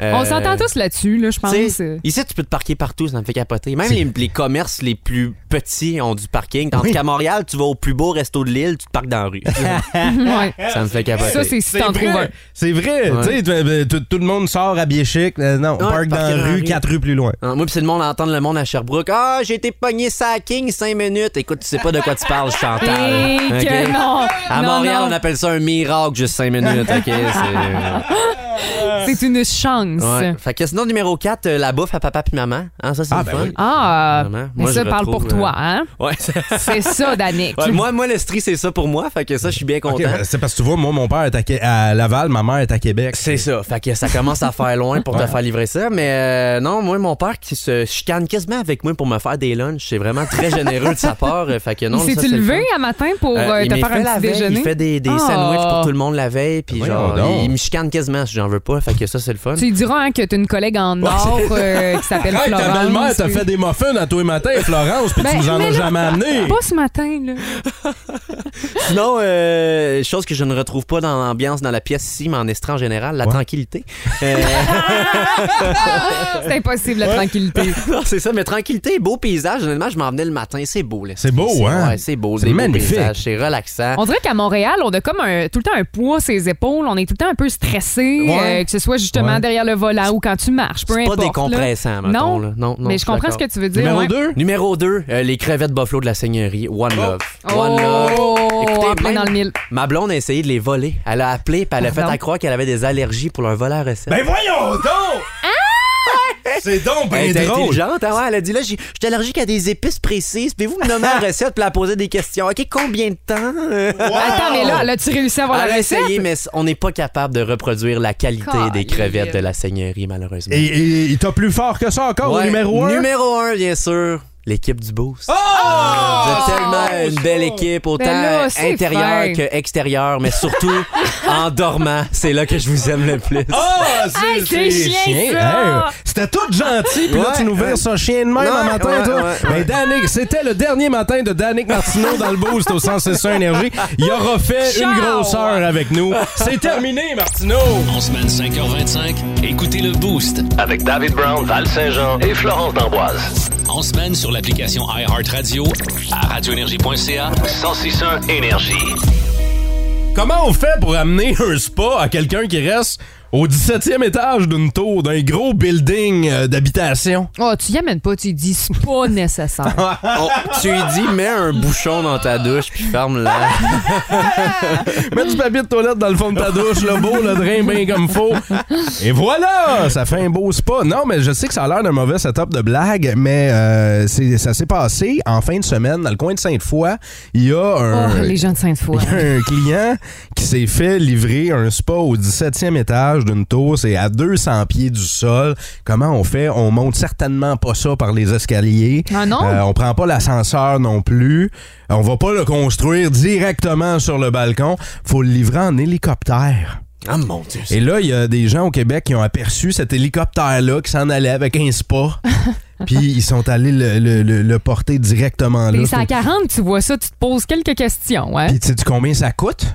[SPEAKER 4] Euh,
[SPEAKER 3] On s'entend tous là-dessus, là, je pense. euh.
[SPEAKER 4] tu sais, Ici, tu peux te parquer partout, ça me fait capoter. Même les, les commerces les plus petits ont du parking. Tandis
[SPEAKER 2] Oui.
[SPEAKER 4] qu'à Montréal, tu vas au plus beau resto de l'île, tu te parques dans la rue.
[SPEAKER 3] Ouais.
[SPEAKER 4] ça me fait capoter.
[SPEAKER 3] Ça, c'est si t'en
[SPEAKER 2] vrai.
[SPEAKER 3] trouves un.
[SPEAKER 2] C'est vrai.
[SPEAKER 4] Ouais.
[SPEAKER 2] Tu sais, t- t- tout le monde sort à Biéchic. euh, non, on
[SPEAKER 4] Ouais,
[SPEAKER 2] parque dans
[SPEAKER 4] parquer dans
[SPEAKER 2] la
[SPEAKER 4] la
[SPEAKER 2] rue,
[SPEAKER 4] rue.
[SPEAKER 2] quatre rues plus loin.
[SPEAKER 4] Ah, Moi, pis c'est le monde entendre le monde à Sherbrooke. Ah, j'ai été pogné ça King 5 minutes. Écoute, tu sais pas de quoi tu parles, Chantal.
[SPEAKER 3] Et
[SPEAKER 4] Ok?
[SPEAKER 3] que non.
[SPEAKER 4] À
[SPEAKER 3] Non,
[SPEAKER 4] Montréal,
[SPEAKER 3] non.
[SPEAKER 4] on appelle ça un miracle, juste 5 minutes. OK? C'est-
[SPEAKER 3] C'est une chance.
[SPEAKER 4] Ouais. Fait que sinon, numéro 4, la bouffe à papa puis maman. Hein, ça, c'est
[SPEAKER 2] Ah,
[SPEAKER 4] le
[SPEAKER 2] ben
[SPEAKER 4] fun.
[SPEAKER 2] oui.
[SPEAKER 3] Ah,
[SPEAKER 4] Vraiment.
[SPEAKER 3] mais
[SPEAKER 4] Moi,
[SPEAKER 3] ça
[SPEAKER 4] je
[SPEAKER 3] parle pour
[SPEAKER 4] retrouve,
[SPEAKER 3] toi,
[SPEAKER 4] euh,
[SPEAKER 3] hein?
[SPEAKER 4] Ouais.
[SPEAKER 3] C'est ça, Danick.
[SPEAKER 4] Ouais, moi, moi l'estrie, c'est ça pour moi. Fait que ça, je suis bien content.
[SPEAKER 2] Ok, ben, c'est parce que tu vois, moi, mon père est à, Qué- à Laval, ma mère est à Québec.
[SPEAKER 4] C'est ça. Fait que ça commence à faire loin pour te faire livrer ça. Mais euh, non, moi, mon père qui se chicane quasiment avec moi pour me faire des lunchs, c'est vraiment très généreux de sa part. Euh, Fait que non,
[SPEAKER 3] Il
[SPEAKER 4] ça,
[SPEAKER 3] s'est-tu
[SPEAKER 4] c'est le
[SPEAKER 3] levé
[SPEAKER 4] fun.
[SPEAKER 3] à matin pour
[SPEAKER 4] Euh,
[SPEAKER 3] euh,
[SPEAKER 4] il
[SPEAKER 3] te
[SPEAKER 4] m'y
[SPEAKER 3] faire
[SPEAKER 4] fait
[SPEAKER 3] un
[SPEAKER 4] la
[SPEAKER 3] petit
[SPEAKER 4] veille,
[SPEAKER 3] déjeuner?
[SPEAKER 4] Il fait des, des
[SPEAKER 3] Ah.
[SPEAKER 4] sandwichs pour tout le monde la veille, puis
[SPEAKER 2] Voyons
[SPEAKER 4] genre,
[SPEAKER 2] donc.
[SPEAKER 4] il, il me chicane quasiment si j'en veux pas. Fait que ça, c'est le fun.
[SPEAKER 3] Tu lui diras hein, que t'as une collègue en or euh, qui s'appelle
[SPEAKER 2] Hey,
[SPEAKER 3] Florence.
[SPEAKER 2] ta belle-mère t'a fait des muffins à tous les matins à Florence, puis tu
[SPEAKER 3] Ben,
[SPEAKER 2] nous en
[SPEAKER 3] mais
[SPEAKER 2] as
[SPEAKER 3] là-
[SPEAKER 2] jamais amené.
[SPEAKER 3] Pas ce matin, là.
[SPEAKER 4] Sinon, euh, chose que je ne retrouve pas dans l'ambiance, dans la pièce ici, mais en estran en général, la
[SPEAKER 2] Ouais.
[SPEAKER 4] tranquillité. Euh,
[SPEAKER 3] Ah, C'est impossible, la tranquillité.
[SPEAKER 4] non, c'est ça, mais tranquillité, beau paysage. Honnêtement, je m'en venais le matin. C'est beau, là.
[SPEAKER 2] C'est beau, hein?
[SPEAKER 4] Ouais, c'est beau.
[SPEAKER 2] C'est
[SPEAKER 4] des beaux
[SPEAKER 2] magnifique.
[SPEAKER 4] paysages, C'est relaxant.
[SPEAKER 3] On dirait qu'à Montréal, on a comme un- tout le temps un poids sur les épaules. On est tout le temps un peu stressé,
[SPEAKER 4] Ouais.
[SPEAKER 3] euh, que ce soit justement
[SPEAKER 2] Ouais.
[SPEAKER 3] derrière le volant ou quand tu marches, peu
[SPEAKER 4] C'est pas
[SPEAKER 3] importe. là.
[SPEAKER 4] décompressant, mettons,
[SPEAKER 3] Non.
[SPEAKER 4] là. Non, non,
[SPEAKER 3] mais
[SPEAKER 4] je
[SPEAKER 3] je
[SPEAKER 4] suis
[SPEAKER 3] comprends ce
[SPEAKER 4] d'accord.
[SPEAKER 3] que tu veux dire.
[SPEAKER 2] Numéro
[SPEAKER 3] ouais.
[SPEAKER 2] 2?
[SPEAKER 4] Numéro 2, les crevettes buffalo de la Seigneurie. One Love.
[SPEAKER 3] Oh,
[SPEAKER 4] One Love.
[SPEAKER 3] en plein
[SPEAKER 4] même
[SPEAKER 3] dans le mille. Ah,
[SPEAKER 4] Ma blonde a essayé de les voler. Elle a appelé puis elle a fait
[SPEAKER 3] Pardon?
[SPEAKER 4] à croire qu'elle avait des allergies pour leur voler à recette.
[SPEAKER 2] Ben voyons donc!
[SPEAKER 3] Ah!
[SPEAKER 2] C'est donc
[SPEAKER 4] elle
[SPEAKER 2] ben
[SPEAKER 4] était
[SPEAKER 2] drôle.
[SPEAKER 4] intelligente, hein, ouais, elle a dit là, j'ai- j'étais allergique à des épices précises. Puis vous me nommez la recette, puis elle a posé des questions. Ok, combien de temps Euh,
[SPEAKER 3] Attends, mais
[SPEAKER 2] Ah!
[SPEAKER 3] là, là, tu réussis à avoir
[SPEAKER 4] Elle
[SPEAKER 3] la
[SPEAKER 4] a
[SPEAKER 3] recette?
[SPEAKER 4] essayé, mais on n'est pas capable de reproduire la qualité des
[SPEAKER 3] Colline.
[SPEAKER 4] crevettes de la Seigneurie, malheureusement.
[SPEAKER 2] Et- Et il t'a plus fort que ça encore, au
[SPEAKER 4] Ouais.
[SPEAKER 2] numéro Oh! 1.
[SPEAKER 4] Numéro un, bien sûr. L'équipe du Boost. Vous êtes tellement une belle équipe, autant
[SPEAKER 3] Oh! Ben là, c'est fin.
[SPEAKER 4] intérieure que extérieure, mais surtout en dormant. C'est là que je vous aime le plus.
[SPEAKER 2] Ah, c'est
[SPEAKER 3] Hey, c'est chien,
[SPEAKER 2] Hey,
[SPEAKER 3] ça!
[SPEAKER 2] C'était tout gentil, puis là,
[SPEAKER 4] Ouais,
[SPEAKER 2] tu nous verres ça chien de même
[SPEAKER 4] Ouais,
[SPEAKER 2] un matin,
[SPEAKER 4] ouais,
[SPEAKER 2] toi.
[SPEAKER 4] ouais,
[SPEAKER 2] Ben, Danick, c'était le dernier matin de Danick Martineau dans le Boost au 106.1 Énergie. Il aura fait
[SPEAKER 3] Ciao!
[SPEAKER 2] une grosse heure avec nous. C'est terminé, Martineau!
[SPEAKER 7] En semaine 5h25, écoutez le Boost.
[SPEAKER 9] Avec David Brown, Val Saint-Jean et Florence D'Amboise.
[SPEAKER 7] En semaine sur l'application iHeartRadio, à radioénergie.ca.
[SPEAKER 9] 1061 Énergie.
[SPEAKER 2] Comment on fait pour amener un spa à quelqu'un qui reste au 17e étage d'une tour, d'un gros building euh, d'habitation?
[SPEAKER 3] Oh, tu y amènes pas, tu dis c'est pas
[SPEAKER 2] Ah,
[SPEAKER 3] nécessaire.
[SPEAKER 4] On- Oh, tu lui dis, mets un bouchon dans ta douche puis ferme-la.
[SPEAKER 2] Mets du papier de toilette dans le fond de ta douche, le beau, le drain bien comme faut. Et voilà! Ça fait un beau spa. Non, mais je sais que ça a l'air d'un mauvais setup de blague, mais euh, c'est- ça s'est passé en fin de semaine dans le coin de Sainte-Foy. Il y a
[SPEAKER 3] Oh,
[SPEAKER 2] un.
[SPEAKER 3] les gens de Sainte-Foy.
[SPEAKER 2] il y a un client qui s'est fait livrer un spa au 17e étage d'une tour, c'est à 200 pieds du sol. Comment on fait? On monte certainement pas ça par les escaliers.
[SPEAKER 3] Ah non?
[SPEAKER 2] Euh, on prend pas l'ascenseur non plus. On va pas le construire directement sur le balcon. Faut le livrer en hélicoptère.
[SPEAKER 4] Ah mon Dieu.
[SPEAKER 2] Et là, il y a des gens au Québec qui ont aperçu cet hélicoptère-là qui s'en allait avec un spa. Puis ils sont allés le, le- le- le porter directement là.
[SPEAKER 3] Les 140, tu vois ça, tu te poses quelques questions. Hein?
[SPEAKER 2] Puis tu sais combien ça coûte?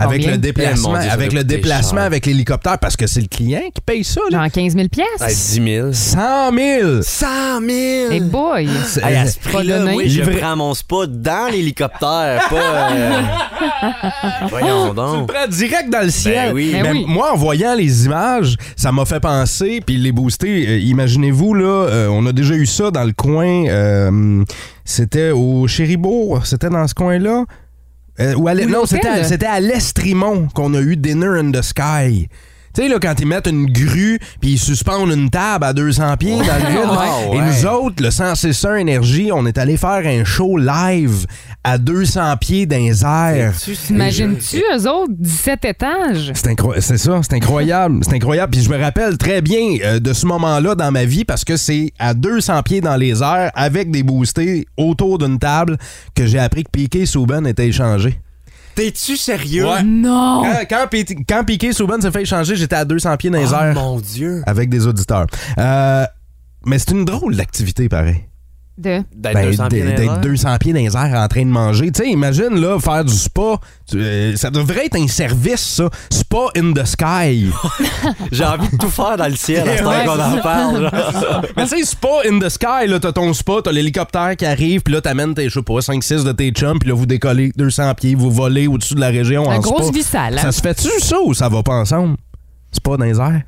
[SPEAKER 2] Avec
[SPEAKER 3] Combien?
[SPEAKER 2] le
[SPEAKER 4] Eh,
[SPEAKER 2] déplacement,
[SPEAKER 4] mon Dieu, ça
[SPEAKER 2] avec
[SPEAKER 4] doit
[SPEAKER 2] le
[SPEAKER 4] coûter
[SPEAKER 2] déplacement,
[SPEAKER 4] cher.
[SPEAKER 2] avec l'hélicoptère, parce que c'est le client qui paye ça. Là.
[SPEAKER 3] Genre 15 000
[SPEAKER 4] Hey,
[SPEAKER 3] pièces.
[SPEAKER 4] 10 000.
[SPEAKER 2] 100 000!
[SPEAKER 4] 100 000!
[SPEAKER 3] Hey boy!
[SPEAKER 2] C'est-
[SPEAKER 4] Hey, à ce
[SPEAKER 3] Eh, Pas
[SPEAKER 4] prix-là,
[SPEAKER 3] donné.
[SPEAKER 4] moi, je
[SPEAKER 2] Livré-
[SPEAKER 4] prends mon spa dans l'hélicoptère, pas... euh, Voyons donc.
[SPEAKER 2] prends direct dans le ciel.
[SPEAKER 4] oui.
[SPEAKER 3] Ben oui.
[SPEAKER 2] Moi, en voyant les images, ça m'a fait penser, puis les booster, euh, imaginez-vous, là, euh, on a déjà eu ça dans le coin, euh, c'était au Chéribourg, c'était dans ce coin-là. Euh, ou à l'e-
[SPEAKER 3] Ou
[SPEAKER 2] non,
[SPEAKER 3] l'hôtel.
[SPEAKER 2] c'était à, c'était à l'Estrimont qu'on a eu Dinner in the Sky. Tu sais, là, quand ils mettent une grue puis ils suspendent une table à 200 pieds dans le vide.
[SPEAKER 4] Ouais.
[SPEAKER 2] Et
[SPEAKER 4] Ouais.
[SPEAKER 2] nous autres, le 161 Énergie, on est allé faire un show live à 200 pieds dans les airs.
[SPEAKER 3] T'imagines-tu, eux autres, 17 étages?
[SPEAKER 2] C'est incro- c'est ça, c'est incroyable, c'est incroyable. Puis je me rappelle très bien euh, de ce moment-là dans ma vie parce que c'est à 200 pieds dans les airs avec des boostés autour d'une table que j'ai appris que Piqué Souben était échangé.
[SPEAKER 4] T'es-tu sérieux?
[SPEAKER 2] Ouais.
[SPEAKER 3] Non!
[SPEAKER 2] Quand, quand, Pi- quand Piqué Souben s'est fait échanger, j'étais à 200 pieds dans les
[SPEAKER 4] Oh
[SPEAKER 2] airs
[SPEAKER 4] mon Dieu.
[SPEAKER 2] avec des auditeurs. Euh, mais c'est une drôle d'activité, pareil.
[SPEAKER 3] De...
[SPEAKER 4] D'être
[SPEAKER 2] Ben,
[SPEAKER 4] 200 pieds
[SPEAKER 2] d-
[SPEAKER 4] dans les
[SPEAKER 2] d'être
[SPEAKER 4] airs.
[SPEAKER 2] 200 pieds dans les airs en train de manger. Tu sais, imagine, là, faire du spa. Tu- euh, ça devrait être un service, ça. Spa in the sky.
[SPEAKER 4] J'ai envie de tout faire dans le ciel à ce
[SPEAKER 3] Ouais,
[SPEAKER 4] temps qu'on en parle. genre.
[SPEAKER 2] Mais tu sais, spa in the sky, là, t'as ton spa, t'as l'hélicoptère qui arrive, puis là, t'amènes tes, je sais pas, 5-6 de tes chums, puis là, vous décollez 200 pieds, vous volez au-dessus de la région
[SPEAKER 3] Un
[SPEAKER 2] en
[SPEAKER 3] gros
[SPEAKER 2] spa.
[SPEAKER 3] vie sale. hein?
[SPEAKER 2] Ça se fait-tu, ça, ou ça va pas ensemble? C'est pas dans les airs.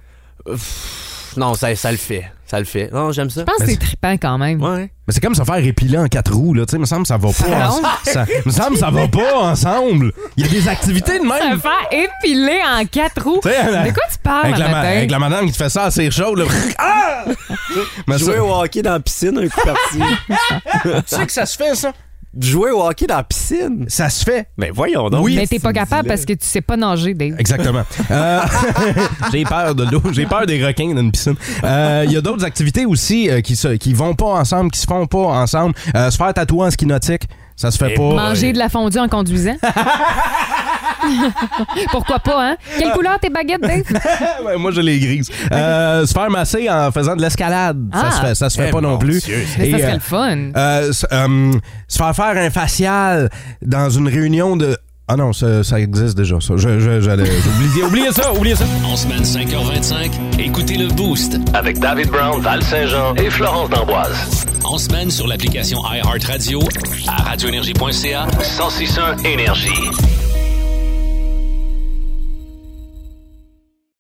[SPEAKER 4] Non, ça, ça le fait. Ça le fait. Non, j'aime ça.
[SPEAKER 3] Je pense que c'est trippant quand même.
[SPEAKER 4] Ouais.
[SPEAKER 2] Mais c'est comme se faire épiler en quatre roues, là, tu sais, me semble que ça va pas
[SPEAKER 3] Non.
[SPEAKER 2] ensemble. Ça, me semble que ça va pas ensemble. Il y a des activités de
[SPEAKER 3] Se
[SPEAKER 2] même.
[SPEAKER 3] faire épiler en quatre roues.
[SPEAKER 2] Tu sais, elle-
[SPEAKER 3] De quoi tu parles,
[SPEAKER 2] Avec la, ma-
[SPEAKER 3] matin?
[SPEAKER 2] avec la madame qui te fait ça assez chaud, là. Ah! Mais ça-
[SPEAKER 4] Jouer au hockey dans la piscine un coup parti.
[SPEAKER 2] tu sais que ça se fait, ça?
[SPEAKER 4] Jouer au hockey dans la piscine.
[SPEAKER 2] Ça se fait.
[SPEAKER 4] Mais voyons donc.
[SPEAKER 2] Oui.
[SPEAKER 3] Mais t'es pas capable parce que tu sais pas nager, Dave.
[SPEAKER 2] Exactement. Euh, j'ai peur de l'eau, j'ai peur des requins dans une piscine. Euh, Il y a d'autres activités aussi euh, qui se, qui vont pas ensemble, qui se font pas ensemble. Euh, se faire tatouer en ski nautique, ça se
[SPEAKER 4] Et
[SPEAKER 2] fait pas.
[SPEAKER 3] Manger de la fondue en conduisant. Pourquoi pas, hein?
[SPEAKER 2] Ah.
[SPEAKER 3] Quelle couleur tes baguettes, Dave?
[SPEAKER 2] Ouais, Moi, je les grise. Euh, se faire masser en faisant de l'escalade, ça
[SPEAKER 3] Ah.
[SPEAKER 2] se fait, ça se fait
[SPEAKER 4] Eh,
[SPEAKER 2] pas non
[SPEAKER 4] mon
[SPEAKER 2] plus.
[SPEAKER 4] Dieu,
[SPEAKER 3] Mais
[SPEAKER 2] Et,
[SPEAKER 3] ça serait
[SPEAKER 2] euh,
[SPEAKER 3] le fun.
[SPEAKER 2] Euh, s- euh, se faire faire un facial dans une réunion de. Ah non, ça, ça existe déjà, ça. Je- je- J'allais. Oubliez, oubliez ça, oubliez ça.
[SPEAKER 7] En semaine 5h25, écoutez le Boost.
[SPEAKER 9] Avec David Brown, Val Saint-Jean et Florence d'Amboise.
[SPEAKER 7] En semaine sur l'application iHeartRadio, à radioénergie.ca.
[SPEAKER 9] 1061 Énergie.